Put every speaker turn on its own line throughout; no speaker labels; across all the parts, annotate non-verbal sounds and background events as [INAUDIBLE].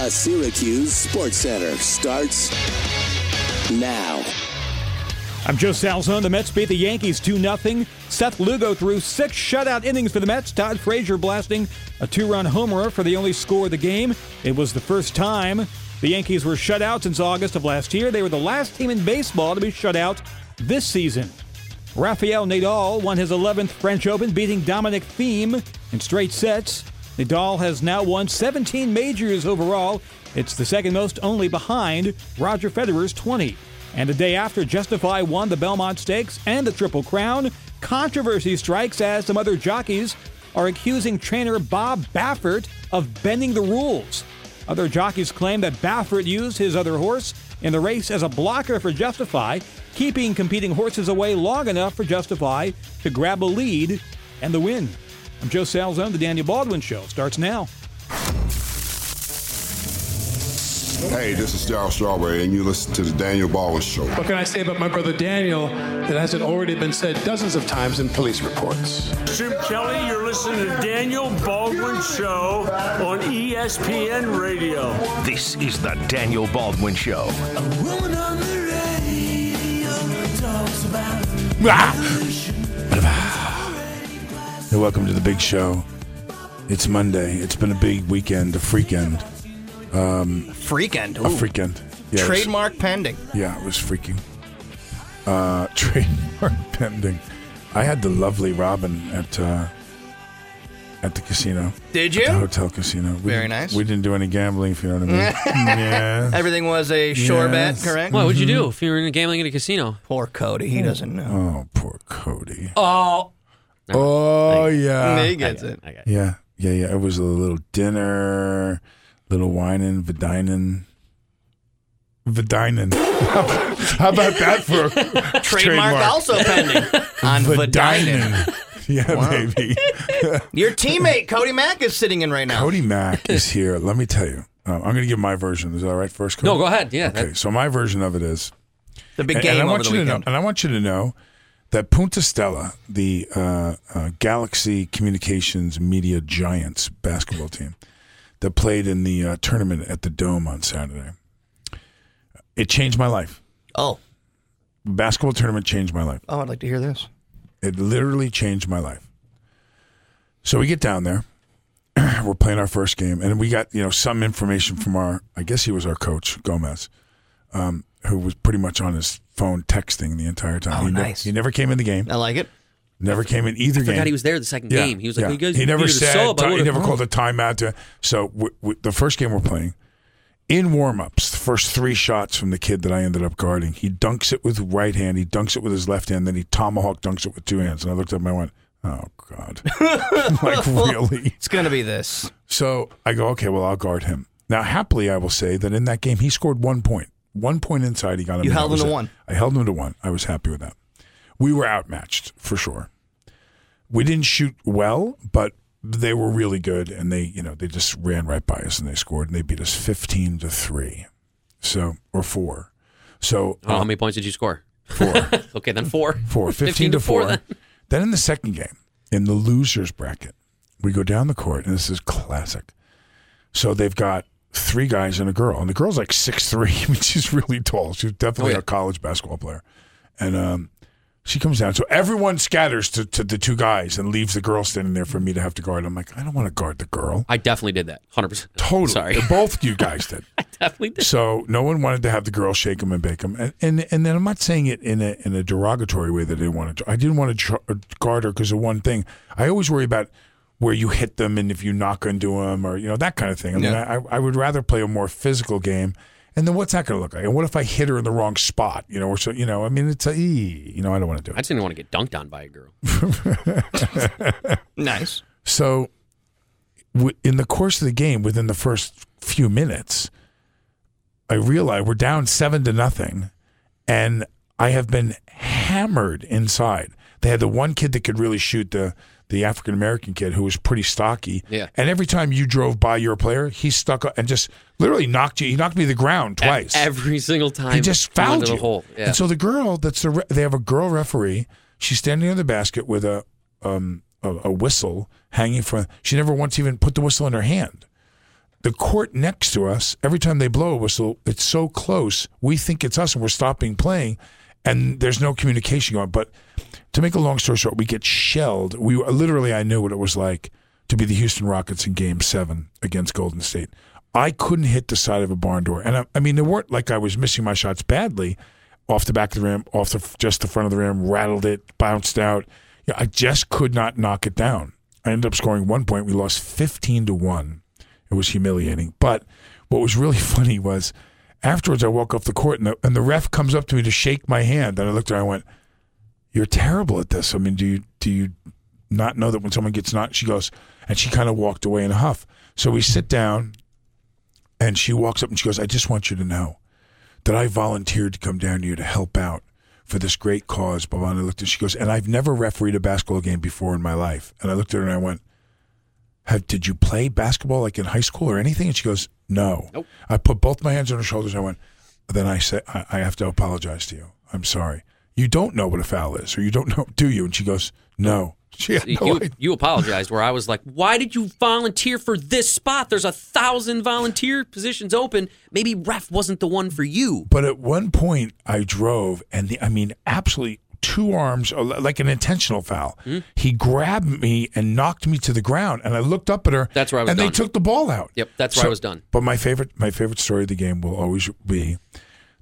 A Syracuse Sports Center starts now.
I'm Joe Salzone. The Mets beat the Yankees 2 0. Seth Lugo threw six shutout innings for the Mets. Todd Frazier blasting a two run homer for the only score of the game. It was the first time the Yankees were shut out since August of last year. They were the last team in baseball to be shut out this season. Rafael Nadal won his 11th French Open, beating Dominic Thiem in straight sets. Nadal has now won 17 majors overall. It's the second most only behind Roger Federer's 20. And the day after, Justify won the Belmont Stakes and the Triple Crown. Controversy strikes as some other jockeys are accusing trainer Bob Baffert of bending the rules. Other jockeys claim that Baffert used his other horse in the race as a blocker for Justify, keeping competing horses away long enough for Justify to grab a lead and the win. I'm Joe Salzone. The Daniel Baldwin Show starts now.
Hey, this is Darryl Strawberry, and you listen to the Daniel Baldwin Show.
What can I say about my brother Daniel that hasn't already been said dozens of times in police reports?
Jim Kelly, you're listening to Daniel Baldwin Show on E ESPN Radio.
This is the Daniel Baldwin Show.
Hey, welcome to the big show. It's Monday. It's been a big weekend, a freakend,
Freakend.
a
Ooh.
freakend. Yeah, it was-
Trademark pending.
yeah, it was freaking. Uh, [LAUGHS] trademark pending. I had the lovely Robin at uh, at the casino,
Did
the
you?
hotel casino. We
Very
didn't-
nice.
We didn't do any gambling, if you know what I mean.
[LAUGHS]
yeah.
Everything was a shore
Yes.
bet, correct?
What would you
Mm-hmm.
do if you were in gambling at a casino?
Poor Cody. He doesn't know.
Oh, poor Cody.
Oh,
Oh, yeah.
he gets it.
I got it.
Yeah, yeah, yeah. It was a little dinner, little whining, vidinin. Vidinin. [LAUGHS] How about that for
[LAUGHS]
a trademark?
Trademark, also pending [LAUGHS] on Vidinin.
[LAUGHS]
Yeah, baby.
Your teammate Cody Mack is sitting in right now.
Cody Mack is here. Let me tell you. Um, I'm going to give my version. Is that all right first? Cody?
No, go ahead. Yeah.
Okay, so my version of it is
the big
and,
game
and I
over
want
the
you to know,
weekend.
and I want you to know that Punta Stella, the uh, uh, Galaxy Communications Media Giants basketball team that played in the uh, tournament at the Dome on Saturday, it changed my life.
Oh,
Basketball tournament changed my life.
oh, I'd like to hear this.
It literally changed my life. So we get down there. [CLEARS THROAT] We're playing our first game, and we got you know some information from our I guess he was our coach Gomez, um, who was pretty much on his phone texting the entire time.
Oh,
he, nev-
nice.
he never came in the game.
I like it.
Never came in either game.
Forgot he was there the second game. He was like, well, "You guys,
he never
you
said.
Sub. I
ti- he
would've-
never called a timeout. To, so w- w- the first game we're playing, in warm ups, the first three shots from the kid that I ended up guarding, he dunks it with right hand, he dunks it with his left hand, then he tomahawk dunks it with two hands. And I looked up and I went, "Oh God, [LAUGHS]
[LAUGHS]
like really?"
It's gonna be this.
So I go, "Okay, well I'll guard him." Now, happily, I will say that in that game, he scored one point. One point inside, he got him.
You
and that
held him
was
to
it.
one.
I held him to one. I was happy with that. We were outmatched for sure. We didn't shoot well, but they were really good, and they, you know, they just ran right by us and they scored and they beat us fifteen to three, so or four, so
Oh, how many points did you score?
four.
[LAUGHS] Okay, then four. [LAUGHS]
four. 15, to four. Then. in the second game, in the losers bracket, we go down the court, and this is classic. So they've got three guys and a girl, and the girl's like six three. [LAUGHS] I mean, she's really tall. She's definitely
Oh, yeah.
a college basketball player, and um, she comes down. So everyone scatters to, to the two guys and leaves the girl standing there for me to have to guard. I'm like, I don't want to guard the girl.
I definitely did that. Hundred percent.
Totally,
Sorry. [LAUGHS]
both you guys did.
definitely did.
So no one wanted to have the girl shake him and bake him, and and, and then I'm not saying it in a in a derogatory way that they wanted. To, I didn't want to tr- uh, guard her because of one thing. I always worry about where you hit them and if you knock into them or you know that kind of thing. I mean, I I, I would rather play a more physical game. And then what's that going to look like? And what if I hit her in the wrong spot? You know, or so you know. I mean, it's a, ee, you know, I don't want to do
I
it.
just didn't want to get dunked on by a girl.
Nice.
So, w- in the course of the game, within the first few minutes, I realize we're down seven to nothing, and I have been hammered inside. They had the one kid that could really shoot the the African American kid who was pretty stocky.
Yeah.
And every time you drove by your player, he stuck up and just literally knocked you. He knocked me to the ground twice.
Every single time.
He just
you went
fouled
to
you.
the hole. Yeah.
And so the girl that's the re- they have a girl referee. She's standing on the basket with a um a, a whistle hanging from. She never once even put the whistle in her hand. The court next to us, every time they blow a whistle, it's so close, we think it's us and we're stopping playing, and there's no communication going. But to make a long story short, we get shelled. We were- literally, I knew what it was like to be the Houston Rockets in Game Seven against Golden State. I couldn't hit the side of a barn door, and I, I mean, there weren't like I was missing my shots badly, off the back of the rim, off the just the front of the rim, rattled it, bounced out. Yeah, I just could not knock it down. I ended up scoring one point. We lost fifteen to one. It was humiliating. But what was really [LAUGHS] funny was afterwards, I walk off the court and the, and the ref comes up to me to shake my hand, and I looked at her and I went, "You're terrible at this. I mean, do you do you not know that when someone gets knocked?" She goes, and she kind of walked away in a huff. So we sit down, and she walks up and she goes, "I just want you to know." that I volunteered to come down here to help out for this great cause. Blah, blah. And I looked at she goes, and I've never refereed a basketball game before in my life. And I looked at her and I went, Have, did you play basketball like in high school or anything? And she goes, no. I put both my hands on her shoulders and I went, then I said, I, I have to apologize to you. I'm sorry. You don't know what a foul is or you don't know, do you? And she goes, no. She had no
you,
idea.
you apologized where I was like, why did you volunteer for this spot? There's a thousand volunteer positions open. Maybe ref wasn't the one for you.
But at one point, I drove, and the, I mean, absolutely two arms, uh, li- like an intentional foul.
Hmm?
He grabbed me and knocked me to the ground, and I looked up at her.
That's where I was
And they
done.
took the ball out.
Yep, that's where I was done.
But my favorite, my favorite story of the game will always be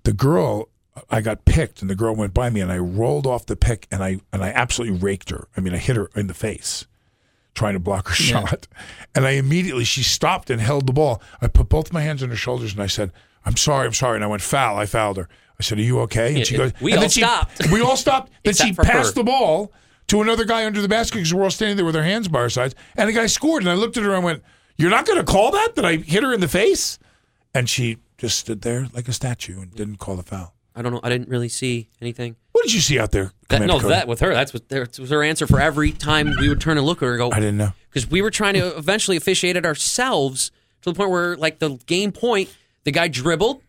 the girl. I got picked, and the girl went by me, and I rolled off the pick, and I and I absolutely raked her. I mean, I hit her in the face trying to block her shot. And I immediately, she stopped and held the ball. I put both my hands on her shoulders and I said, I'm sorry, I'm sorry. And I went, foul, I fouled her. I said, Are you okay? And
Yeah,
she
it-
goes,
we
and
all
then she-
stopped.
We all
[LAUGHS]
stopped. Then she
Except for
passed
her.
the ball to another guy under the basket because we're all standing there with our hands by our sides. And the guy scored. And I looked at her and went, You're not going to call that? That I hit her in the face? And she just stood there like a statue and didn't call the foul.
I don't know. I didn't really see anything.
What did you see out there?
That,
Commander
no,
Cody?
that with her. That's what that was her answer for every time we would turn and look at her and go.
I didn't know.
because we were trying to eventually officiate it ourselves to the point where, like, the game point, the guy dribbled,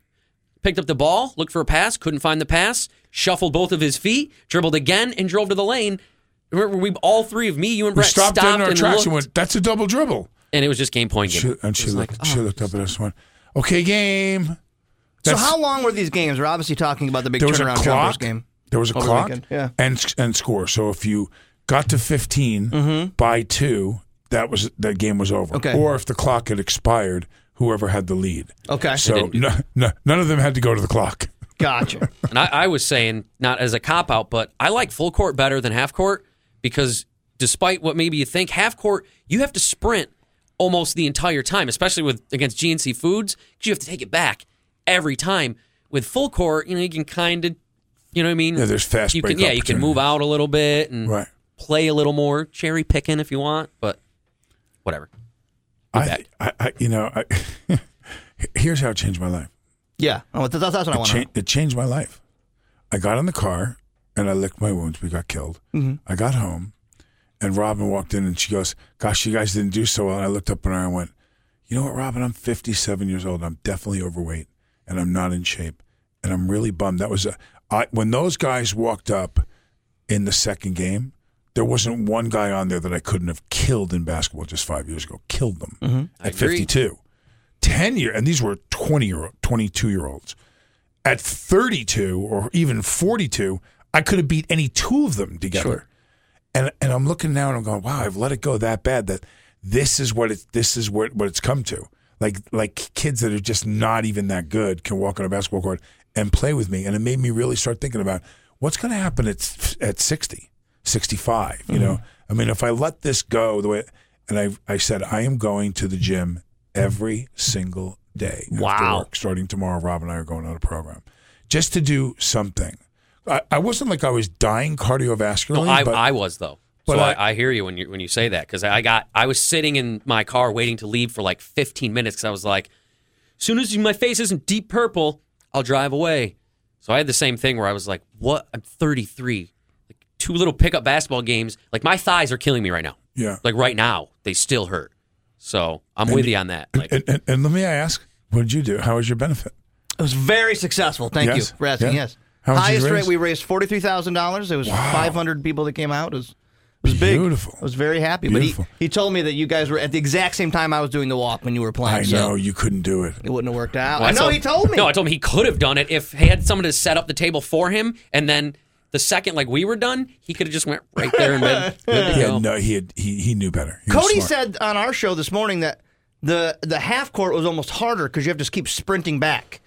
picked up the ball, looked for a pass, couldn't find the pass, shuffled both of his feet, dribbled again, and drove to the lane. Remember, we all three of me, you and
We
Brett
stopped, in our
and
tracks
looked,
and went, That's a double dribble.
and it was just game point. Game.
She, and she looked. she looked up at us and went, "Okay, game."
"Oh, So
That's-
how long were these games? We're obviously talking about the big
there was a
turnaround jumpers
clock.
game.
There was a
over the
clock.
weekend, yeah.
And and score. So if you got to 15 by two, that was that game was over.
Mm-hmm. Okay.
Or if the clock had expired, whoever had the lead.
Okay.
So no, no, none of them had to go to the clock.
Gotcha.
And I, I was saying, not as a cop out, but I like full court better than half court because despite what maybe you think, half court, you have to sprint almost the entire time, especially with against GNC Foods, because you have to take it back every time. With full court, you know, you can kind of, you know what I mean?
Yeah, there's fast
you
break
can, Yeah, you can move out a little bit and
Right.
play a little more, cherry picking if you want, but whatever.
I, I, I, you know, I, [LAUGHS] here's how it changed my life.
yeah. Oh, that's, that's what I want. to
Cha- it changed my life. I got in the car and I licked my wounds. We got killed. I got home and Robin walked in and she goes, Gosh, you guys didn't do so well. And I looked up at her and I went, You know what, Robin? I'm 57 years old. I'm definitely overweight and I'm not in shape. And I'm really bummed. That was a, I, when those guys walked up in the second game, there wasn't one guy on there that I couldn't have killed in basketball just five years ago. Killed them at
agree.
52. 10 year, and these were 20 year, 22 year olds at 32 or even 42, I could have beat any two of them together. And and I'm looking now and I'm going, wow, I've let it go that bad that this is what it this is what what it's come to. Like like kids that are just not even that good can walk on a basketball court and play with me and it made me really start thinking about what's going to happen at at 60, 65, you
Mm-hmm.
know. I mean, if I let this go the way and I I said I am going to the gym every single day. after
Wow.
work. Starting tomorrow, Rob and I are going on a program just to do something. I, I wasn't like I was dying cardiovascularly.
No, I,
but
I was though.
but
so I,
I-
I hear you when you when you say that because I got I was sitting in my car waiting to leave for like 15 minutes because I was like, as soon as my face isn't deep purple, I'll drive away. So I had the same thing where I was like, what? I'm 33. Like two little pickup basketball games. Like my thighs are killing me right now.
Yeah.
Like right now, they still hurt. So I'm with you on that. Like
and, and, and let me ask, what did you do? How was your benefit?
It was very successful. Thank
Yes?
you for asking.
Yeah.
Yes.
How much did you
Highest
raise?
rate we raised forty three thousand dollars. It was five hundred people that came out. It was, it was big.
Beautiful.
I was very happy.
Beautiful.
But he, he told me that you guys were at the exact same time I was doing the walk when you were playing.
I
so
know you couldn't do it.
It wouldn't have worked out.
Well,
I know
told-
he told me.
No, I told him he could have done it if he had someone to set up the table for him, and then the second like we were done, he could have just went right there
[LAUGHS]
and been good to
He
go.
had no, he had, he, he knew better. He was
Cody
smart.
said on our show this morning that the the half court was almost harder because you have to keep sprinting back.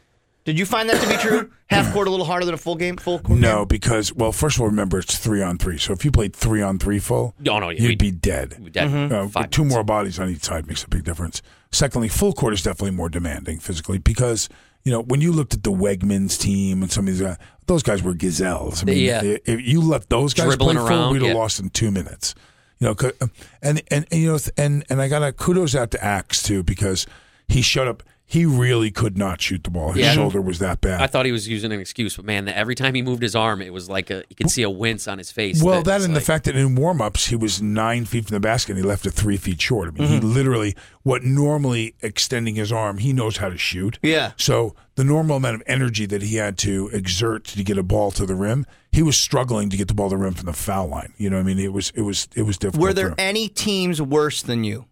Did you find that to be true? half court a little harder than a full game, full court.
No, because well, first of all, remember it's three on three. So if you played three on three full,
Oh, No, no,
you'd
we'd-
be dead.
we'd be dead in
Uh,
five
two more bodies on each side makes a big difference. Secondly, full court is definitely more demanding physically because you know when you looked at the Wegmans team and some of these guys, those guys were gazelles. I mean,
Yeah.
if you left those guys
Dribbling
play
around,
full, we'd
yeah.
have lost in two minutes. You know, 'cause- uh, and, and and you know, and and I got to kudos out to Axe too because he showed up. He really could not shoot the ball. His
Yeah.
shoulder was that bad.
I thought he was using an excuse, but man, that every time he moved his arm, it was like a you could see a wince on his face.
Well, that
it's
and the
like-
fact that in warm ups he was nine feet from the basket and he left it three feet short. I mean, he literally, what normally extending his arm, he knows how to shoot.
Yeah.
So the normal amount of energy that he had to exert to get a ball to the rim, he was struggling to get the ball to the rim from the foul line. You know, what I mean, it was it was it was difficult.
Were
for
there
him.
any teams worse than you?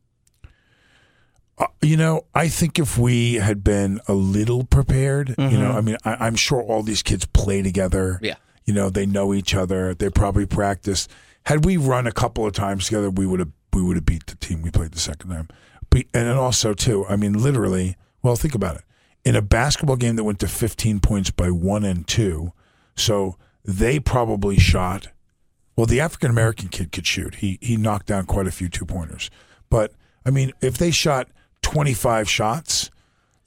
Uh, you know, I think if we had been a little prepared, you know, I mean, I, I'm sure all these kids play together.
Yeah.
You know, they know each other. They probably practice. Had we run a couple of times together, we would have we would have beat the team we played the second time. But, and then also too, I mean, literally. Well, think about it. In a basketball game that went to 15 points by one and two, so they probably shot. Well, the African American kid could shoot. He he knocked down quite a few two pointers. But I mean, if they shot 25 shots,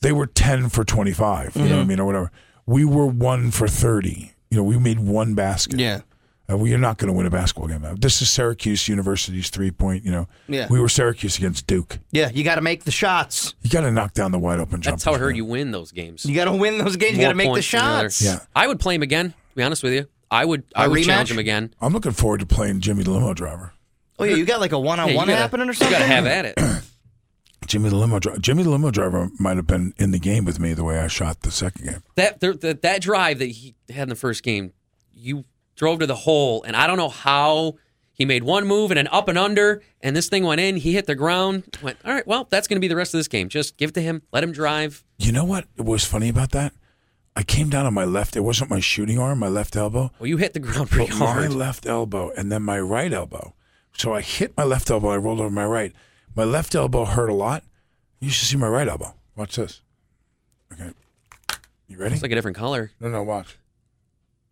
they were 10 for 25. You know
Mm-hmm.
what I mean, or whatever. We were one for 30. You know, we made one basket. Uh, well, you're not going to win a basketball game. now. This is Syracuse University's three point. You know,
Yeah.
we were Syracuse against Duke.
yeah. You got to make the shots.
You got to knock down the wide open jump.
that's how I heard you win those games.
You got to win those games. You
More
got to make the
points than other.
shots.
Yeah.
I would play him again. To be honest with you, I would. I
A
would challenge
rematch?
him again.
I'm looking forward to playing Jimmy the limo driver.
Oh yeah, you got like a one on
Yeah, you
one
gotta-
happening or something.
You gotta have at
[CLEARS THROAT]
it.
Jimmy the limo driver. Jimmy the limo driver might have been in the game with me the way I shot the second game.
that there, that that drive that he had in the first game, you drove to the hole, and I don't know how he made one move and an up and under, and this thing went in. He hit the ground. Went all right. Well, that's going to be the rest of this game. Just give it to him. Let him drive.
You know what was funny about that? I came down on my left. It wasn't my shooting arm, my left elbow,
Well, you hit the [LAUGHS] ground
but
pretty
my
hard.
left elbow and then my right elbow. So I hit my left elbow. I rolled over my right. My left elbow hurt a lot. You should see my right elbow. Watch this. Okay. You ready?
It's like a different color.
no, no, watch.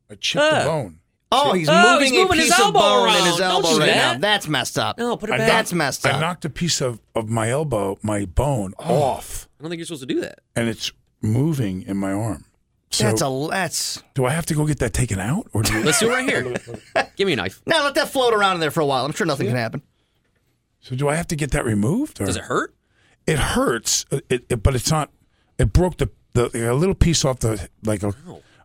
I chipped
Ah.
the bone.
Oh, he's
Oh,
moving,
he's moving
a
his
piece of
elbow
bone in
around.
his
Don't
elbow
do
right
that.
now. That's messed up.
No, put it
I
back.
That's messed
I
up.
knocked a piece of, of my elbow, my bone,
Oh.
off,
I don't think you're supposed to do that.
and it's moving in my arm. So
that's a that's.
do I have to go get that taken out? Or do
Let's do it right here. Give me a knife.
Now let that float around in there for a while. I'm sure nothing can happen.
so do I have to get that removed? Or?
Does it hurt?
it hurts, uh, it, it, but it's not. It broke the, the a little piece off the like a,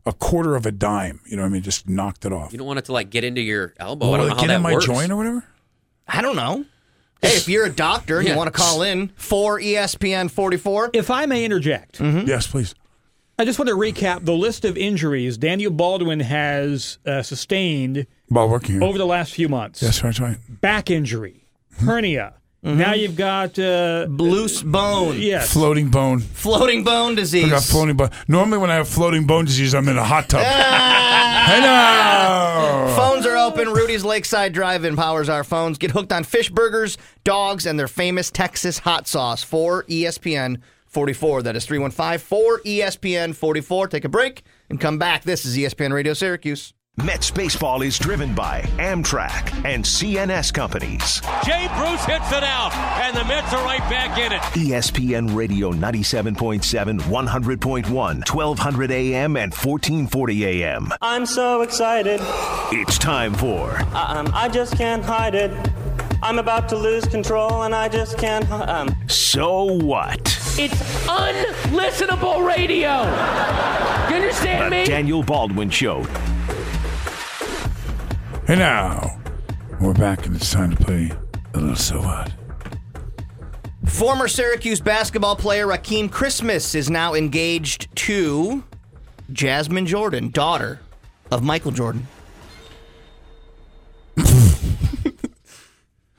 a quarter of a dime. You know, what I mean, just knocked it off.
You don't want it to like get into your elbow. I
Will
don't
it
know how
get
that
in my
works.
joint or whatever?
I don't know. Hey, if you're a doctor and
Yeah.
you want to call in E for ESPN 44,
If I may interject,
Mm-hmm.
Yes, please.
I just want to recap the list of injuries Daniel Baldwin has uh, sustained
While working here.
over the last few months.
Yes, right, right.
Back injury, hernia. Now you've got uh,
loose bone,
yes,
Floating bone.
floating bone disease.
I got
[LAUGHS]
floating bone. Normally, when I have floating bone disease, I'm in a hot tub. [LAUGHS] Hello.
Phones are open. Rudy's Lakeside Drive-In powers our phones. Get hooked on fish burgers, dogs, and their famous Texas hot sauce E for ESPN 44. That is 315 4 ESPN 44. Take a break and come back. This is E ESPN Radio Syracuse.
Mets baseball is driven by Amtrak and CNS companies.
Jay Bruce hits it out, and the Mets are right back in it.
E ESPN Radio 97.7, 100.1, 1200 AM, and 1440 AM.
I'm so excited.
It's time for
Um, I just can't hide it. I'm about to lose control, and I just can't. hi- Um.
So What?
It's unlistenable radio. You
The
understand
Daniel Baldwin Show.
Hey now, we're back and it's time to play a little so what.
Former Syracuse basketball player Raheem Christmas is now engaged to Jasmine Jordan, daughter of Michael Jordan.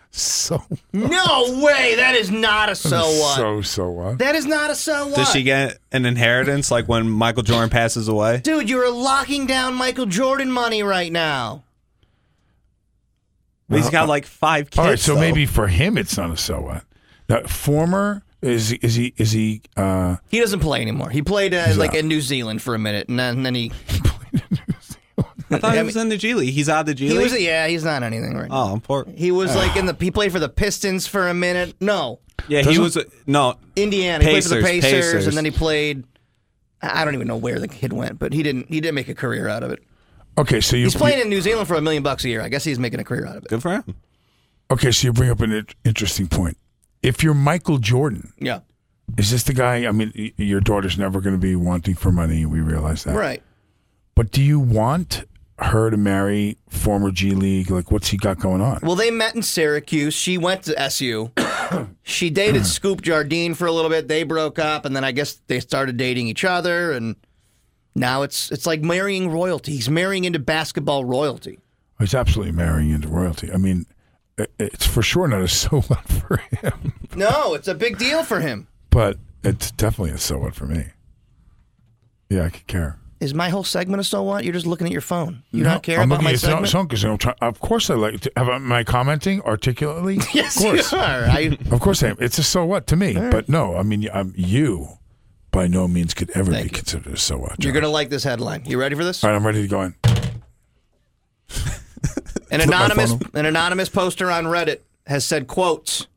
So
No way. That is not a so what.
so so what?
that is not a so what.
Does she get an inheritance like when Michael Jordan passes away?
Dude, you are locking down Michael Jordan money right now.
He's got like five kids.
All right, so
though.
maybe for him it's not a so what. Now, former is is he is he uh,
He doesn't play anymore. He played uh, like in New Zealand for a minute, and then,
[LAUGHS]
then he
I thought
I
he was in the G League. He's out of the G
he
League.
was yeah he's not anything right now.
oh, poor. [SIGHS]
He was like in the he played for the Pistons for a minute. No,
Yeah, he was no.
Indiana. He played for the
Pacers,
Pacers,
Pacers.
and then he played. I I don't even know where the kid went, but he didn't. He didn't make a career out of it.
okay? So you
He's playing in New Zealand for a million bucks a year. I guess he's making a career out of it.
Good for him.
okay? So you bring up an in- interesting point. If you're Michael Jordan,
Yeah,
is this the guy? I mean, y- your daughter's never going to be wanting for money. We realize that,
right.
But do you want her to marry former G League? Like, what's he got going on?
Well, they met in Syracuse. She went to
[COUGHS]
SU. she dated Scoop Jardine for a little bit. They broke up, and then I guess they started dating each other. And now it's it's like marrying royalty. He's marrying into basketball royalty.
He's absolutely marrying into royalty. I mean, i- it's for sure not a [LAUGHS] so what for him,
No, it's a big deal for him.
but it's definitely a so what for me. Yeah, I could care.
Is my whole segment a so what? You're just looking at your phone. You don't care
I'm
about
looking
my
at some-
segment.
some 'cause I'm try- of course, I like. To, have, I- am I commenting articulately?
[LAUGHS] [LAUGHS] yes,
of course,
you are.
[LAUGHS]
I,
of course I am. It's a so what to me, but no, I mean, I'm, you by no means could ever
Thank
be
you.
considered a so what.
you're
John.
gonna like this headline. You ready for this?
All right, I'm ready to go in.
An
Flip my
anonymous
phone.
an anonymous poster on Reddit has said quotes.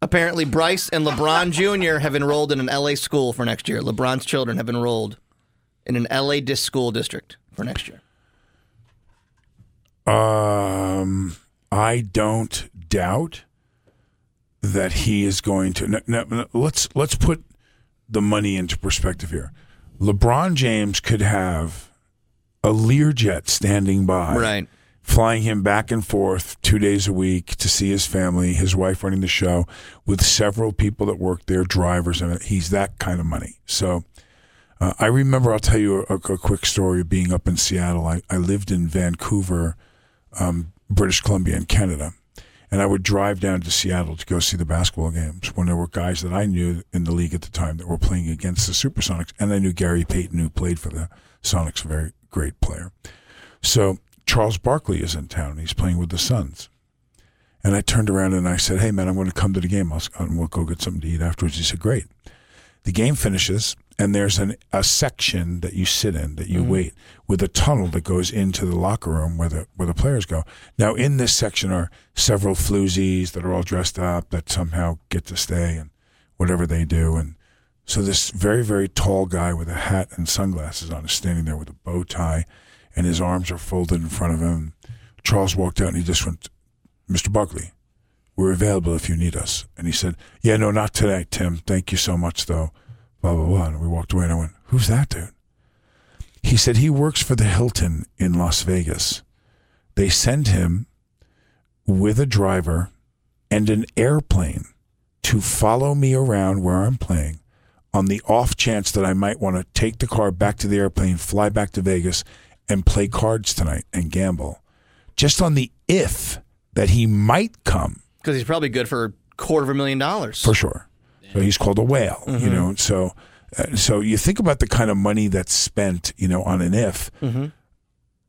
Apparently, Bryce and LeBron Jr. have enrolled in an LA school for next year. LeBron's children have enrolled in an LA dis- school district for next year.
Um, I don't doubt that he is going to. No, no, no, let's let's put the money into perspective here. LeBron James could have a Learjet standing by,
Right.
flying him back and forth two days a week to see his family, his wife running the show, with several people that work there, drivers, and he's that kind of money. So. Uh, I remember, I'll tell you a, a quick story of being up in Seattle. I, I lived in Vancouver, um, British Columbia in Canada. And I would drive down to Seattle to go see the basketball games when there were guys that I knew in the league at the time that were playing against the Supersonics. And I knew Gary Payton, who played for the Sonics, a very great player. So Charles Barkley is in town. He's playing with the Suns. And I turned around and I said, Hey, man, I'm going to come to the game. I'll, and we'll go get something to eat afterwards. He said, Great. The game finishes, and there's an, a section that you sit in that you wait with a tunnel that goes into the locker room where the where the players go. Now, in this section are several floozies that are all dressed up that somehow get to stay and whatever they do. And so this very very tall guy with a hat and sunglasses on is standing there with a bow tie, and his arms are folded in front of him. Charles walked out and he just went, "Mr. Buckley, we're available if you need us. And he said, Yeah, no, not today, Tim. Thank you so much, though. Blah, blah, blah. And we walked away and I went, Who's that dude? He said, He works for the Hilton in Las Vegas. They send him with a driver and an airplane to follow me around where I'm playing on the off chance that I might want to take the car back to the airplane, fly back to Vegas, and play cards tonight and gamble. Just on the if that he might come.
Because he's probably good for a quarter of a million dollars.
For sure. So he's called a whale, you know. So, uh, so you think about the kind of money that's spent, you know, on an if.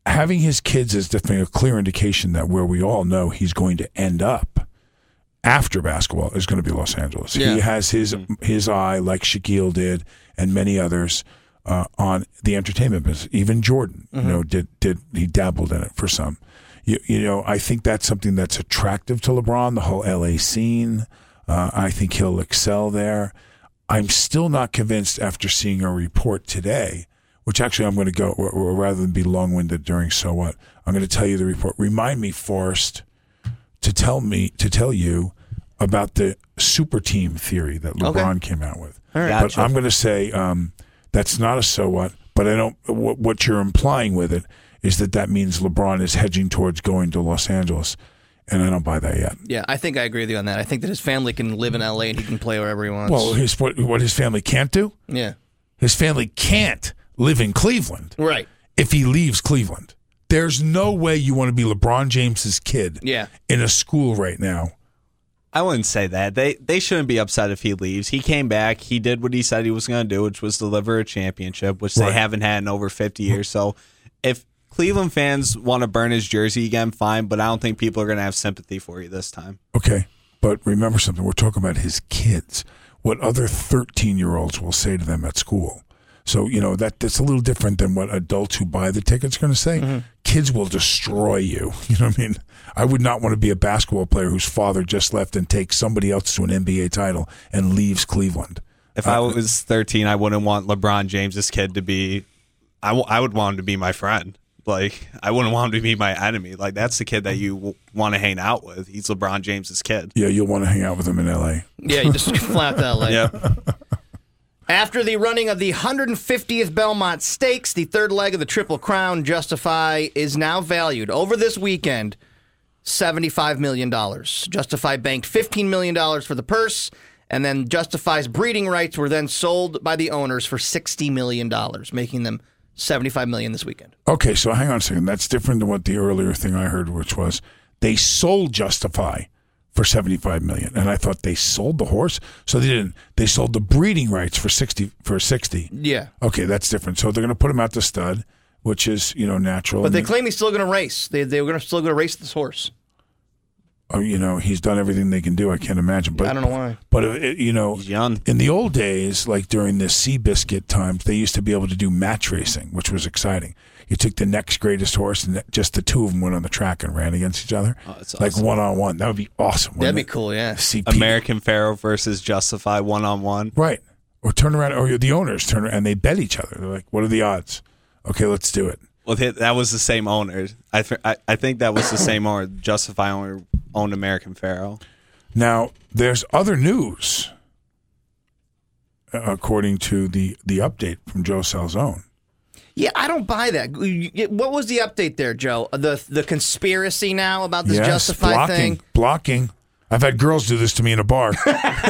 Having his kids is definitely a clear indication that where we all know he's going to end up after basketball is going to be Los Angeles.
Yeah.
He has his his eye, like Shaquille did, and many others. Uh, on the entertainment business, even Jordan, you know, did did he dabbled in it for some. You, you know, I think that's something that's attractive to LeBron, the whole LA scene. Uh, I think he'll excel there. I'm still not convinced after seeing a report today, which actually I'm going to go, or, or rather than be long winded during so what, I'm going to tell you the report. Remind me, Forrest, to tell me, to tell you about the super team theory that LeBron came out with. But I'm going to say um, that's not a so what, but I don't, what, what you're implying with it is that that means LeBron is hedging towards going to Los Angeles. And I don't buy that yet.
Yeah, I think I agree with you on that. I think that his family can live in LA and he can play wherever he wants.
Well, his, what, what his family can't do?
yeah.
His family can't live in Cleveland
Right.
if he leaves Cleveland. There's no way you want to be LeBron James's kid
Yeah.
in a school right now.
I wouldn't say that. They they shouldn't be upset if he leaves. He came back. He did what he said he was going to do, which was deliver a championship, which they
Right.
haven't had in over 50 years. So if Cleveland fans want to burn his jersey again, fine, but I don't think people are going to have sympathy for you this time.
Okay. But remember something. We're talking about his kids. What other 13 year olds will say to them at school. So, you know, that that's a little different than what adults who buy the tickets are going to say. Kids will destroy you. [LAUGHS] You know what I mean? I would not want to be a basketball player whose father just left and takes somebody else to an NBA title and leaves Cleveland.
If I was 13, I wouldn't want LeBron James's kid to be. I, w- I would want him to be my friend. Like I wouldn't want him to be my enemy. Like that's the kid that you w- want to hang out with. He's LeBron James's kid.
Yeah, you'll want to hang out with him in LA.
Yeah, you just [LAUGHS] fly out to LA.
Yeah.
[LAUGHS] After the running of the 150th Belmont Stakes, the third leg of the Triple Crown, Justify is now valued over this weekend $75 million. Justify banked $15 million for the purse, and then Justify's breeding rights were then sold by the owners for $60 million, making them $75 million this weekend.
Okay, so hang on a second. That's different than what the earlier thing I heard, which was they sold Justify for seventy-five million, and I thought they sold the horse. So they didn't. They sold the breeding rights for sixty for sixty.
Yeah.
Okay, that's different. So they're going to put him out to stud, which is you know natural.
But they
And,
claim he's still going to race. They, they were gonna, still going to race this horse.
oh, you know he's done everything they can do. I can't imagine. But
I don't know why.
But uh, it, you know, in the old days, like during the sea biscuit times, they used to be able to do match racing, which was exciting. You took the next greatest horse, and that- just the two of them went on the track and ran against each other, like one on one. That would be awesome.
Oh, That'd
wouldn't
be
it?
cool, yeah.
See, pe-
American Pharaoh versus Justify one on one.
right? Or turn around, or the owners turn around and they bet each other. They're like, "What are the odds? Okay, let's do it."
Well, th- that was the same owner. I, th- I I think that was the same owner. Justify owner owned American Pharaoh.
Now, there's other news, uh, according to the the update from Joe Salzone.
Yeah, I don't buy that. What was the update there, Joe? Uh, The the conspiracy now about this
yes,
Justify
blocking,
thing.
blocking. I've had girls do this to me in a bar.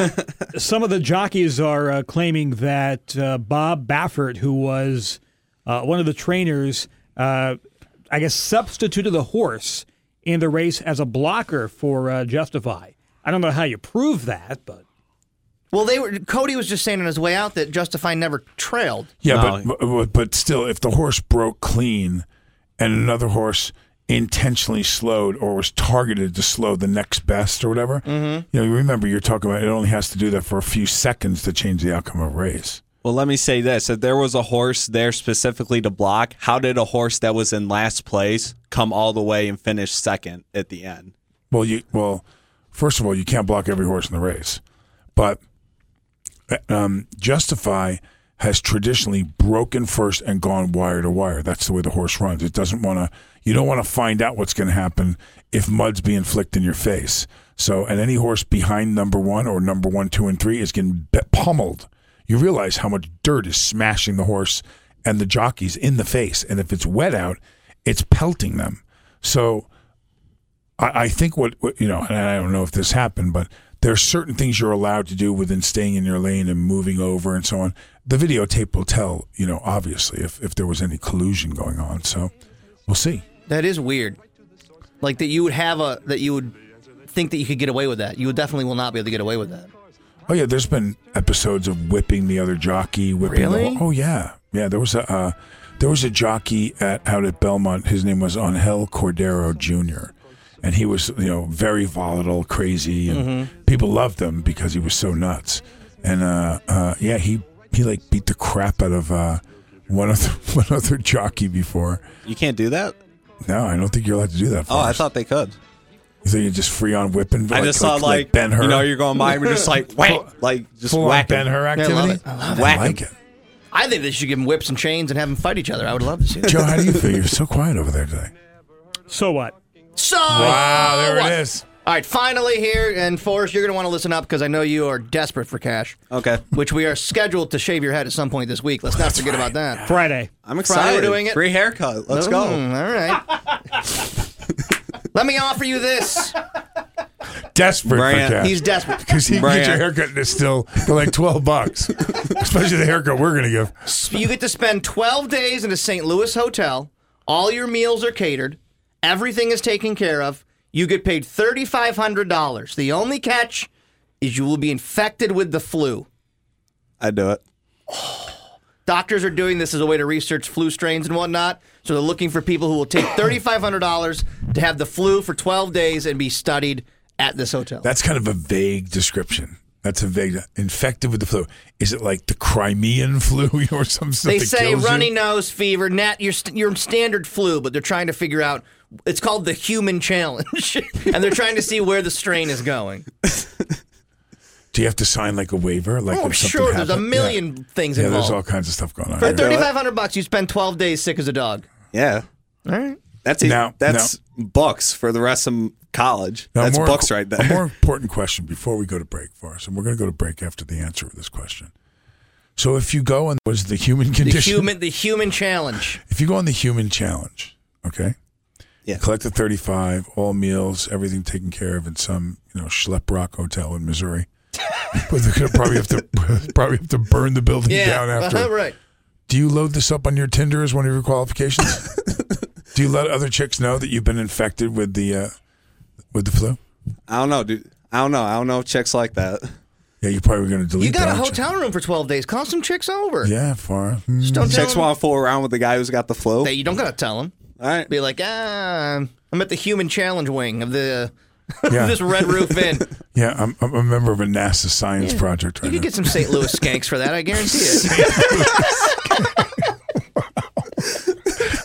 [LAUGHS]
Some of the jockeys are uh, claiming that uh, Bob Baffert, who was uh, one of the trainers, uh, I guess substituted the horse in the race as a blocker for uh, Justify. I don't know how you prove that, but
Well, they were. Cody was just saying on his way out that Justify never trailed.
Yeah,
No.
but, but but still, if the horse broke clean, and another horse intentionally slowed or was targeted to slow the next best or whatever, you know, you remember you're talking about it only has to do that for a few seconds to change the outcome of a race.
Well, let me say this: if there was a horse there specifically to block, how did a horse that was in last place come all the way and finish second at the end?
Well, you well, first of all, you can't block every horse in the race, but uh, um, Justify has traditionally broken first and gone wire to wire. That's the way the horse runs. It doesn't want to. You don't want to find out what's going to happen if mud's being flicked in your face. So, and any horse behind number one or number one, two, and three is getting be- pummeled. You realize how much dirt is smashing the horse and the jockeys in the face, and if it's wet out, it's pelting them. So. I, I think what, what you know, and I don't know if this happened, but there are certain things you're allowed to do within staying in your lane and moving over and so on. The videotape will tell, you know, obviously if if there was any collusion going on. So we'll see.
That is weird. Like that you would have a that you would think that you could get away with that. You would definitely will not be able to get away with that.
Oh yeah, there's been episodes of whipping the other jockey, whipping.
Really?
The, oh yeah, yeah. There was a uh, there was a jockey at out at Belmont. His name was Angel Cordero Jr. And he was, you know, very volatile, crazy, and
Mm-hmm.
people loved him because he was so nuts. And uh, uh, yeah, he he like beat the crap out of uh, one other [LAUGHS] one other jockey before.
You can't do that.
No, I don't think you're allowed to do that. For
Oh, I
us.
thought they could.
you think you're just free on whipping.
I just saw like,
Ben Hur.
You know, you're going mine. We're just like whack, like just
full on
whack
Ben Hur
I
activity.
love it. I
I,
love
Whack 'em.
like it.
I think they should give them whips and chains and have them fight each other. I would love to see
[LAUGHS]
that.
Joe, how do you feel? You're so quiet over there today.
so what?
so
Wow, there
what?
it is.
All right, finally here, and Forrest, you're going to want to listen up because I know you are desperate for cash,
Okay,
which we are scheduled to shave your head at some point this week. Let's not forget about that.
Friday.
I'm
Friday
excited.
we're doing it.
Free haircut. Let's
Mm,
go.
All right. [LAUGHS] Let me offer you this.
Desperate
Brand.
for cash.
He's desperate.
because you can get
Brand.
your haircut and it's still for like twelve bucks, especially the haircut we're gonna give.
You get to spend 12 days in a St. Louis hotel All your meals are catered. Everything is taken care of. You get paid $3,500. The only catch is you will be infected with the flu.
I do it.
Doctors are doing this as a way to research flu strains and whatnot. So they're looking for people who will take $3,500 to have the flu for 12 days and be studied at this hotel.
That's kind of a vague description. That's a vague infected with the flu. Is it like the Crimean [LAUGHS] flu or some stuff?
They
that
say
kills you?
runny nose fever, nat your st- your standard flu, but they're trying to figure out. It's called the human challenge, [LAUGHS] and they're trying to see where the strain is
[LAUGHS]
going.
Do you have to sign like a waiver? Like
Oh,
if something
sure, there's a
happened?
million things
Yeah, there's
involved.
all kinds of stuff going on.
For
here.
thirty five hundred bucks, you spend twelve days sick as a dog.
Yeah.
All right.
That's it.
Now-
that's bucks for the rest of college.
Now,
that's
more-
bucks right
A more
there.
important question before we go to break for us, and we're going to go to break after the answer of this question. So, if you go on, was the human
The
condition?
human, the human
[LAUGHS]
challenge.
if you go on the human challenge, okay,
Yeah.
you collect the thirty-five, all meals, everything taken care of in some you know schlep rock hotel in Missouri. [LAUGHS] but they're going to [LAUGHS] probably have to probably have to burn the building down after.
uh-huh, [LAUGHS] right.
Do you load this up on your Tinder as one of your
[LAUGHS]
qualifications? Do you let other chicks know that you've been infected with the uh, with the flu?
I don't know, dude. I don't know. I don't know if checks like
[LAUGHS]
that.
Yeah, you're probably going to delete.
You got a
that, aren't
hotel room for twelve days. Call some chicks over.
Yeah, far. Hmm.
Just don't tell
Checks
them.
want to fool around with the guy who's got the flu.
That you don't gotta tell them.
All right.
Be like, ah, I'm at the human challenge wing of the [LAUGHS] of
Yeah.
this Red
[LAUGHS]
Roof Inn.
Yeah, I'm, I'm a member of a NASA science project
You
right
could
now.
get some St. Louis skanks for that. I guarantee it.
[LAUGHS]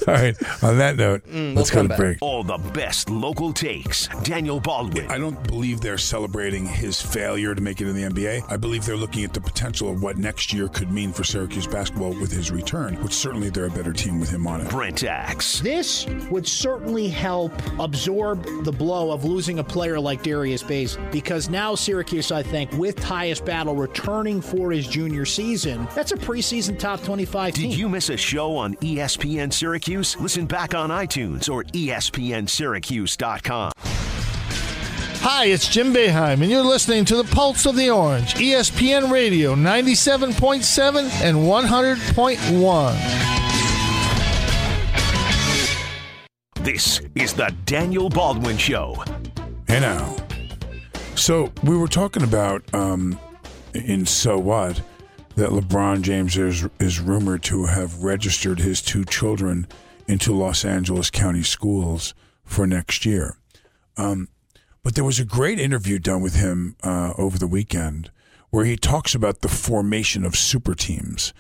All right. On that note, let's go
Mm, come
to
back.
break.
All the best local takes. Daniel Baldwin.
I don't believe they're celebrating his failure to make it in the NBA. I believe they're looking at the potential of what next year could mean for Syracuse basketball with his return, which certainly they're a better team with him on it.
Brent Axe.
This would certainly help absorb the blow of losing a player like Darius Bays because now Syracuse, I think, with Tyus Battle returning for his junior season, that's a preseason top 25 team.
Did you miss a show on E ESPN Syracuse? Listen back on iTunes or E ESPNSyracuse.com.
Hi, it's Jim Beheim, and you're listening to the Pulse of the Orange, E ESPN Radio 97.7 and 100.1.
This is the Daniel Baldwin Show.
And now, so we were talking about um, in so what that LeBron James is is rumored to have registered his two children into Los Angeles County schools for next year. Um, but there was a great interview done with him uh, over the weekend where he talks about the formation of super teams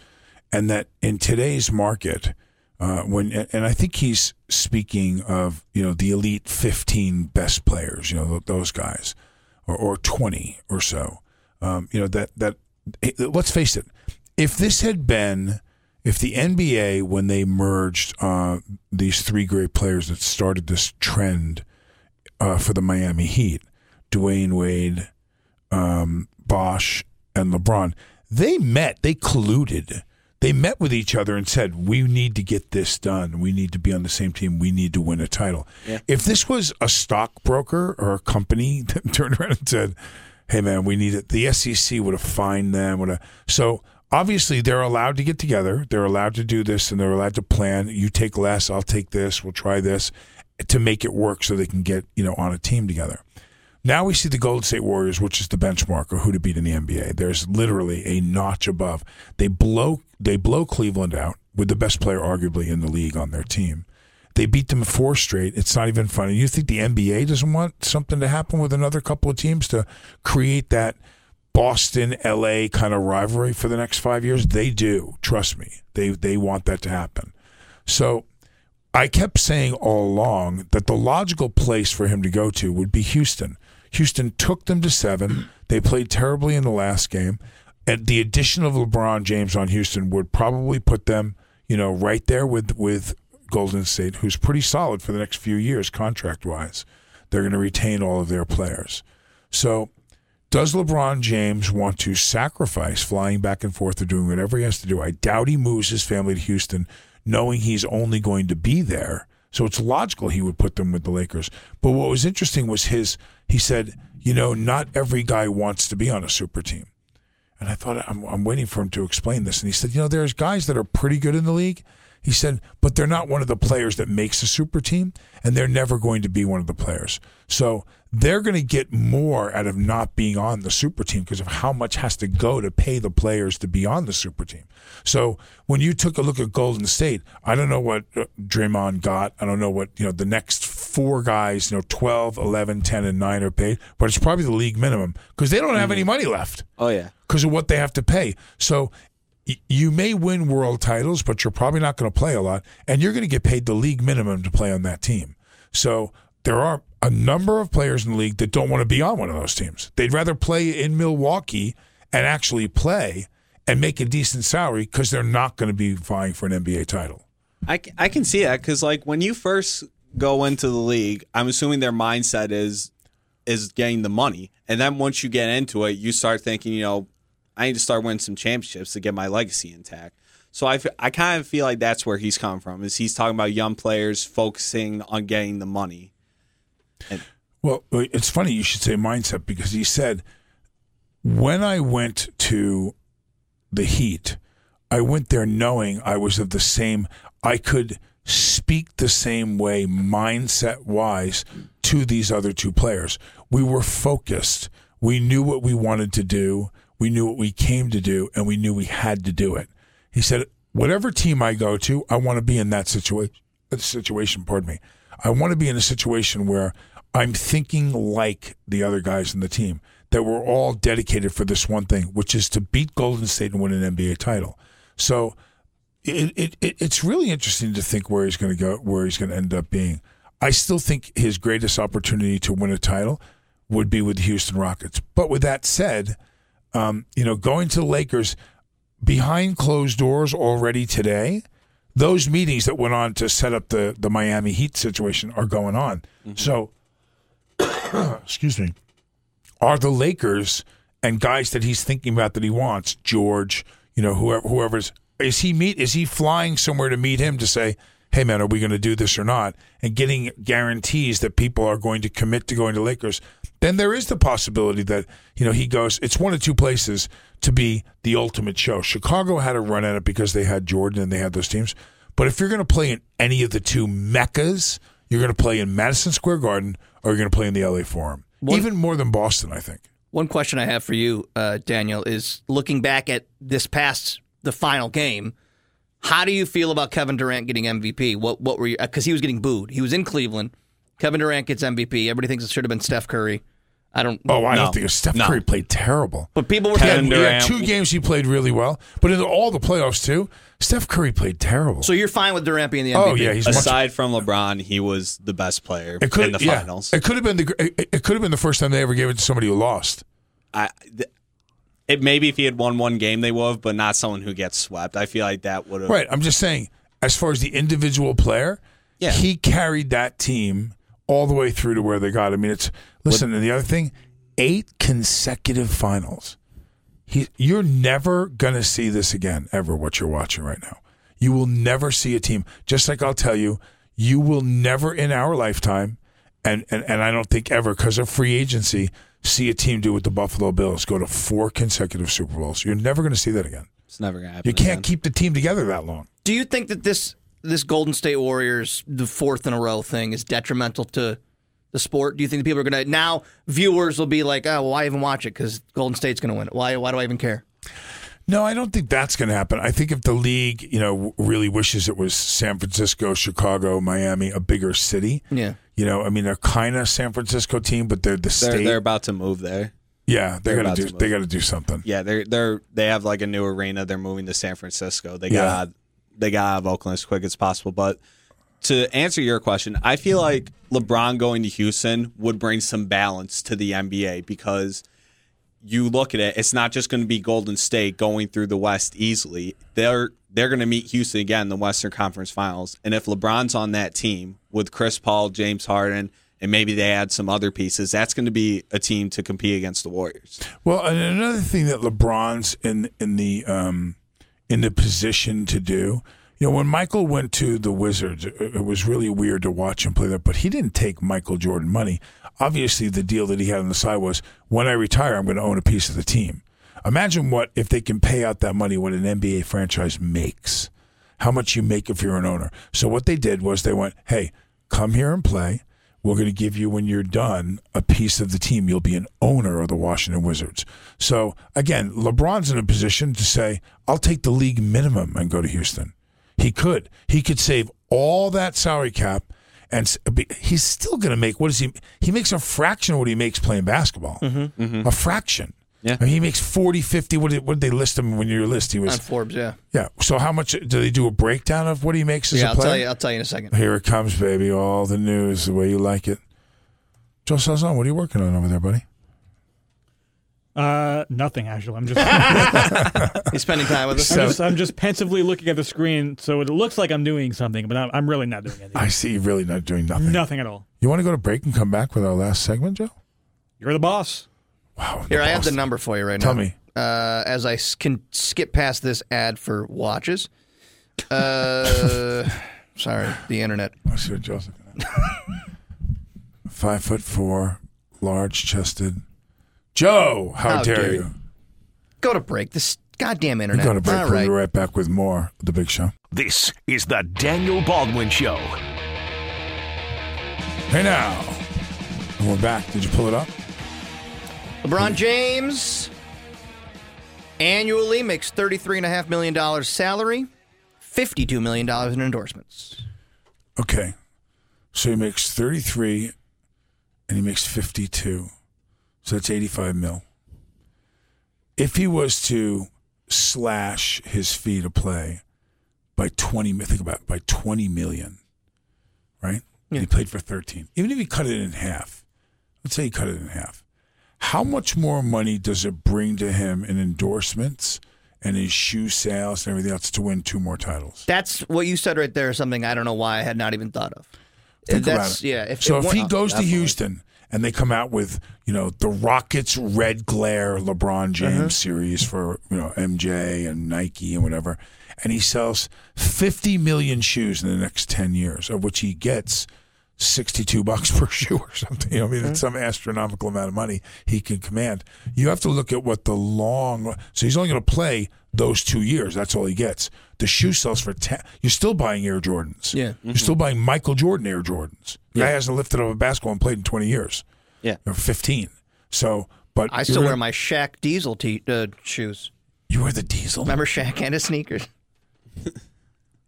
and that in today's market, uh, when and I think he's speaking of you know the elite fifteen best players, you know th- those guys, or, or twenty or so, um, you know that that eh, let's face it, if this had been if the NBA when they merged uh, these three great players that started this trend uh, for the Miami Heat, Dwayne Wade, um, Bosch, and LeBron, they met, they colluded. They met with each other and said, We need to get this done. We need to be on the same team. We need to win a title. If this was a stockbroker or a company [LAUGHS] that turned around and said, Hey, man, we need it, the SEC would have fined them. Would have, so obviously, they're allowed to get together. They're allowed to do this and they're allowed to plan. You take less, I'll take this, we'll try this to make it work so they can get, you know, on a team together. Now we see the Golden State Warriors, which is the benchmark of who to beat in the NBA. There's literally a notch above. They blow they blow Cleveland out with the best player arguably in the league on their team. They beat them four straight. It's not even funny. You think the NBA doesn't want something to happen with another couple of teams to create that Boston LA kind of rivalry for the next 5 years? They do. Trust me. They they want that to happen. So I kept saying all along that the logical place for him to go to would be Houston. Houston took them to seven. They played terribly in the last game. And the addition of LeBron James on Houston would probably put them, you know, right there with, with Golden State, who's pretty solid for the next few years contract wise. They're going to retain all of their players. So does LeBron James want to sacrifice flying back and forth or doing whatever he has to do? I doubt he moves his family to Houston knowing he's only going to be there. So it's logical he would put them with the Lakers. But what was interesting was his, he said, you know, not every guy wants to be on a super team. And I thought, I'm, I'm waiting for him to explain this. And he said, you know, there's guys that are pretty good in the league. He said, but they're not one of the players that makes a super team, and they're never going to be one of the players. So they're going to get more out of not being on the super team because of how much has to go to pay the players to be on the super team. So when you took a look at Golden State, I don't know what uh, Draymond got. I don't know what, you know, the next four guys, you know, 12, 11, 10, and 9 are paid, but it's probably the league minimum because they don't have any money left
Oh yeah.
because of what they have to pay. So y- you may win world titles, but you're probably not going to play a lot, and you're going to get paid the league minimum to play on that team. So there are a number of players in the league that don't want to be on one of those teams. They'd rather play in Milwaukee and actually play and make a decent salary because they're not going to be vying for an NBA title.
I, c- I can see that because like when you first go into the league, I'm assuming their mindset is is getting the money, and then once you get into it, you start thinking, you know, I need to start winning some championships to get my legacy intact. So I, f- I kind of feel like that's where he's coming from is he's talking about young players focusing on getting the money.
Well, uh, it's funny you should say mindset because he said, when I went to the Heat, I went there knowing I was of the same, I could speak the same way, mindset wise, to these other two players. We were focused. We knew what we wanted to do. We knew what we came to do, and we knew we had to do it. He said, whatever team I go to, I want to be in that situation. Situation, pardon me. I want to be in a situation where I'm thinking like the other guys in the team that we're all dedicated for this one thing, which is to beat Golden State and win an NBA title. So it, it, it it's really interesting to think where he's going to go, where he's going to end up being. I still think his greatest opportunity to win a title would be with the Houston Rockets. But with that said, um, you know, going to the Lakers behind closed doors already today, those meetings that went on to set up the the Miami Heat situation are going on. So, [COUGHS] excuse me are the Lakers and guys that he's thinking about that he wants, George, you know, whoever, whoever's is he meet is he flying somewhere to meet him to say, hey man, are we going to do this or not? And getting guarantees that people are going to commit to going to Lakers. Then there is the possibility that you know he goes. It's one of two places to be the ultimate show. Chicago had a run at it because they had Jordan and they had those teams. But if you're going to play in any of the two meccas, you're going to play in Madison Square Garden or you're going to play in the LA Forum. Even more than Boston, I think.
One question I have for you, uh, Daniel, is looking back at this past the final game. How do you feel about Kevin Durant getting MVP? What what were you? Because he was getting booed. He was in Cleveland. Kevin Durant gets MVP. Everybody thinks it should have been Steph Curry. I don't.
Oh, I don't think Steph Curry played terrible.
But people were
he
saying-
had, he had two games he played really well, but in all the playoffs too, Steph Curry played terrible.
So you're fine with Durant being the MVP?
Oh, yeah, he's much-
aside from LeBron, he was the best player
It could,
in the
yeah.
finals.
It could have been the it, it could have been the first time they ever gave it to somebody who lost.
I th- it maybe if he had won one game they would have, but not someone who gets swept. I feel like that would have
Right. I'm just saying, as far as the individual player,
Yeah.
he carried that team all the way through to where they got. I mean, it's listen. And the other thing, eight consecutive finals. He, you're never gonna see this again ever. What you're watching right now, you will never see a team. Just like I'll tell you, you will never in our lifetime, and and, and I don't think ever because of free agency, see a team do what the Buffalo Bills go to four consecutive Super Bowls. You're never gonna see that again.
It's never gonna happen.
You can't
again.
keep the team together that long.
Do you think that this this Golden State Warriors the fourth in a row thing is detrimental to the sport? Do you think people are going to now viewers will be like, oh, well, why even watch it? Because Golden State's going to win it. Why? Why do I even care?
No, I don't think that's going to happen. I think if the league, you know, w- really wishes it was San Francisco, Chicago, Miami, a bigger city.
Yeah.
You know, I mean, they're kind of San Francisco team, but they're the
They're,
state.
they're about to move there.
yeah,
they're
they got
about
to
to
do. They got to do something.
Yeah, they're they're they have like a new arena. They're moving to San Francisco. They got
Yeah.
out, they got out of Oakland as quick as possible. But to answer your question, I feel like LeBron going to Houston would bring some balance to the NBA because you look at it, it's not just going to be Golden State going through the West easily. They're they're going to meet Houston again in the Western Conference Finals. And if LeBron's on that team with Chris Paul, James Harden, and maybe they add some other pieces, that's going to be a team to compete against the Warriors.
Well, and another thing that LeBron's in in the um, in the position to do, you know, when Michael went to the Wizards, it it was really weird to watch him play there. But he didn't take Michael Jordan money. Obviously, the deal that he had on the side was, when I retire, I'm going to own a piece of the team. Imagine what if they can pay out that money what an NBA franchise makes. how much you make if you're an owner. So what they did was they went, hey, come here and play. We're going to give you, when you're done, a piece of the team. You'll be an owner of the Washington Wizards. So again, LeBron's in a position to say, I'll take the league minimum and go to Houston. He could. He could save all that salary cap, and s- be- he's still going to make what is he? He makes a fraction of what he makes playing basketball. A fraction. Yeah. he makes 40, 50. What did, what did they list him when you list? He was
on Forbes, yeah.
yeah. So how much do they do a breakdown of what he makes as
Yeah,
a
I'll
player?
tell you. I'll tell you in a second.
[LAUGHS] Here it comes, baby. All the news, the way you like it. Joe Salzon, what are you working on over there, buddy?
Uh, nothing actually. I'm just
He's spending time with us.
I'm, just, I'm just pensively looking at the screen, so it looks like I'm doing something, but I'm, I'm really not doing
[LAUGHS]
anything.
I see you're really not doing nothing.
Nothing at all.
You want to go to break and come back with our last segment, Joe?
You're the boss.
Here, I have the number for you right
Tell
now.
me.
Uh, as I s- can skip past this ad for watches. Uh, [LAUGHS] sorry, the internet.
I see what Joseph. [LAUGHS] Five foot four, large chested. Joe, how, dare, you?
Go to break. This goddamn
We're
internet.
going to break.
All
We'll
right.
be right back with more of The Big Show.
This is the Daniel Baldwin Show.
Hey now. And we're back. Did you pull it up? [LAUGHS]
LeBron James annually makes $33.5 million salary, $52 million in endorsements.
Okay. So he makes 33 and he makes 52. So that's 85 mil. If he was to slash his fee to play by 20, mi- think about it, by 20 million, right? And He played for 13. Even if he cut it in half, let's say he cut it in half. How much more money does it bring to him in endorsements and his shoe sales and everything else to win two more titles?
That's what you said right there, is something I don't know why I had not even thought of.
Think
That's,
about it.
Yeah. If,
so
it
if,
wa-
he goes to
Definitely.
Houston and they come out with you know the Rockets Red Glare
Uh-huh.
LeBron James series for you know MJ and Nike and whatever, and he sells fifty million shoes in the next ten years, of which he gets. 62 bucks [LAUGHS] per shoe or something. You know, I mean,
Uh-huh.
it's some astronomical amount of money he can command. You have to look at what the long, so he's only going to play those two years. That's all he gets. The shoe sells for 10. You're still buying Air Jordans.
Yeah.
You're still buying Michael Jordan Air Jordans. The guy hasn't lifted up a basketball and played in 20 years.
Yeah.
Or 15. So, but
I
you're
still wear
gonna-
my Shaq Diesel t- uh, shoes.
You wear the diesel?
Remember Shaq and his sneakers?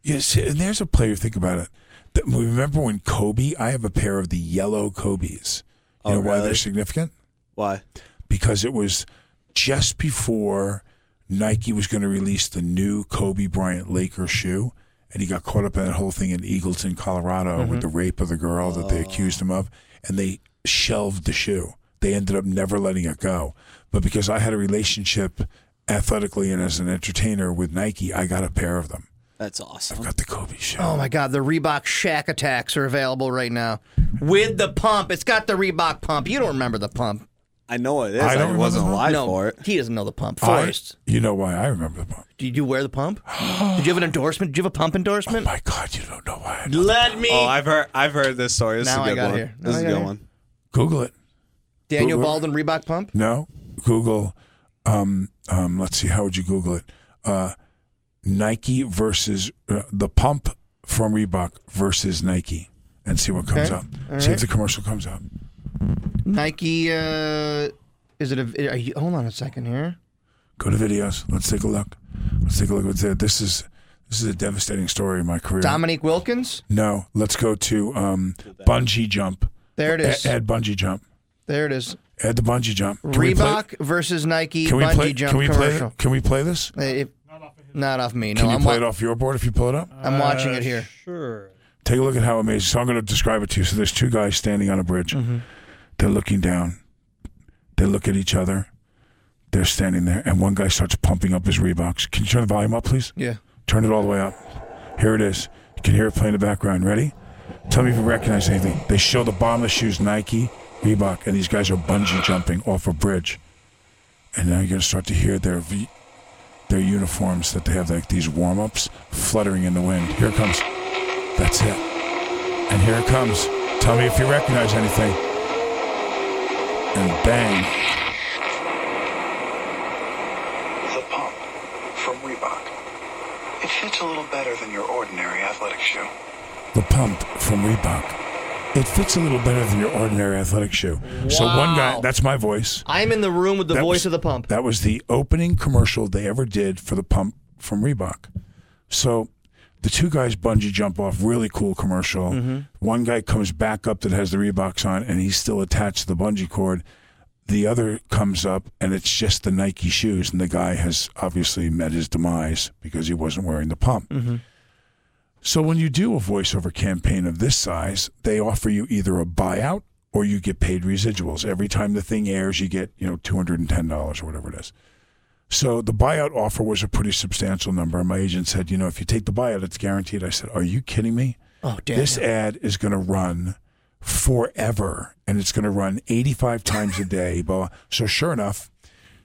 Yes, and there's a player. Think about it. That- Remember when Kobe? I have a pair of the yellow Kobe's. You
Oh,
know why
really?
they're significant?
Why?
Because it was just before Nike was going to release the new Kobe Bryant Laker shoe, and he got caught up in that whole thing in Eagleton, Colorado,
Mm-hmm.
with the rape of the girl that they accused him of, and they shelved the shoe. They ended up never letting it go. But because I had a relationship athletically and as an entertainer with Nike, I got a pair of them.
That's awesome.
I've got the Kobe shoe.
Oh my God, the Reebok Shaq attacks are available right now with the pump. It's got the Reebok pump. You don't remember the pump.
I know it is.
I
I,
don't remember
wasn't
the-
alive
no,
for it.
He doesn't know the pump.
I-
Forrest,
you know why I remember the pump.
did you wear the
[GASPS]
pump? did you have an endorsement? Did you have a pump endorsement?
Oh, my God, you don't know why.
Let me.
Oh, I've heard. I've heard this story. This
Now I
is a good
got
one.
here. Now
This is
I
a
got
good
here.
one.
Google it.
Daniel
Google-
Baldwin Reebok pump?
No, Google. Um, um, let's see. How would you Google it? Uh, Nike versus uh, the pump from Reebok versus Nike, and see what comes
Okay.
up.
All
see
right.
if the commercial comes up.
Nike. Uh, is it a? Are you, hold on a second here.
Go to videos. Let's take a look. Let's take a look what's there. This is this is a devastating story in my career.
Dominique Wilkins.
no, let's go to um, bungee jump.
There it is.
A- add bungee jump.
There it is.
Add the bungee jump. Can we play-
Reebok versus Nike
Can we
bungee
play?
jump
Can we play?
commercial.
Can we play this?
Uh, it- not off me. No,
Can you
I'm,
play
wa-
it off your board if you pull it up?
I'm watching it here.
Sure.
Take a look at how amazing. So I'm going to describe it to you. So there's two guys standing on a bridge. They're looking down. They look at each other. They're standing there, and one guy starts pumping up his Reeboks. Can you turn the volume up, please?
Yeah.
Turn it all the way up. Here it is. You can hear it playing in the background. Ready? Tell me if you recognize anything. They show the bottom of the shoes, Nike, Reebok, and these guys are bungee jumping off a bridge. And now you're going to start to hear their v- their uniforms that they have, like these warm ups, fluttering in the wind. Here it comes. That's it. And here it comes. Tell me if you recognize anything. And bang.
The pump from Reebok
It fits a little better than your ordinary athletic shoe.
The pump from Reebok. It fits a little better than your ordinary athletic shoe. So one guy,
Wow.
that's my voice.
I'm in the room with the
That
voice
was-
of the pump.
That was the opening commercial they ever did for the pump from Reebok. So the two guys bungee jump off, really cool commercial.
Mm-hmm.
Mhm.
One guy comes back up that has the Reeboks on and he's still attached to the bungee cord. The other comes up and it's just the Nike shoes, and the guy has obviously met his demise because he wasn't wearing the pump.
Mm-hmm.
So when you do a voiceover campaign of this size, they offer you either a buyout or you get paid residuals. Every time the thing airs, you get, you know, $210 or whatever it is. So the buyout offer was a pretty substantial number. And my agent said, you know, if you take the buyout, it's guaranteed. I said, are you kidding me?
Oh, damn.
This ad is going to run forever and it's going to run 85 times a day. [LAUGHS] blah, blah. So sure enough,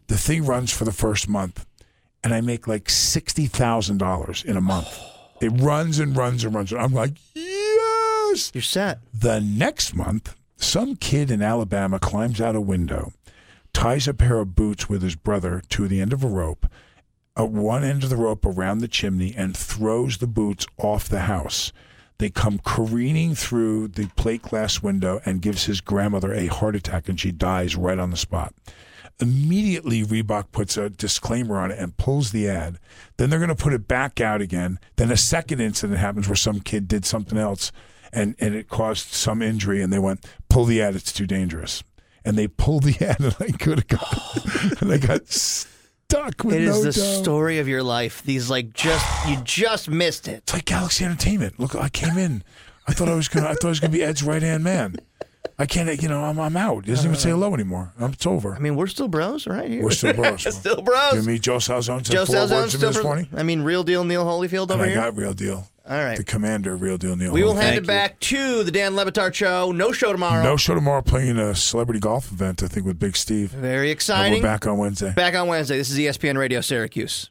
the thing runs for the first month and I make like $60,000 in a
Oh.
month. It runs and runs and runs. I'm like, yes.
You're set.
The next month, some kid in Alabama climbs out a window, ties a pair of boots with his brother to the end of a rope, at one end of the rope around the chimney, and throws the boots off the house. They come careening through the plate glass window and gives his grandmother a heart attack, and she dies right on the spot. Immediately, Reebok puts a disclaimer on it and pulls the ad. Then they're going to put it back out again. Then a second incident happens where some kid did something else and, and it caused some injury, and they went, pull the ad, it's too dangerous. And they pulled the [LAUGHS] ad, and I could
[LAUGHS]
have got, and I got stuck with
It is
no
the
dough.
story of your life. These like just you just missed it.
It's like Galaxy Entertainment. Look, I came in. I thought I was gonna. I thought I was gonna be Ed's right hand man. I can't. You know, I'm I'm out. He doesn't
[LAUGHS]
even say hello anymore. I'm, it's over.
I mean, we're still bros right here. [LAUGHS]
We're still bros. bro.
still bros.
You meet Joe Salzone.
Joe
Joe four
Salzone
words to me
still
this
bro-
morning.
I mean, real deal Neil Holyfield
And
over
I
here.
got real deal.
All right.
The commander, real deal Neil.
we will
Holloway.
hand it back to the Dan Levitard show. No show tomorrow.
No show tomorrow. Playing in a celebrity golf event, I think, with Big Steve.
Very
And
exciting.
we're back on Wednesday.
E Back on Wednesday. This is ESPN Radio Syracuse.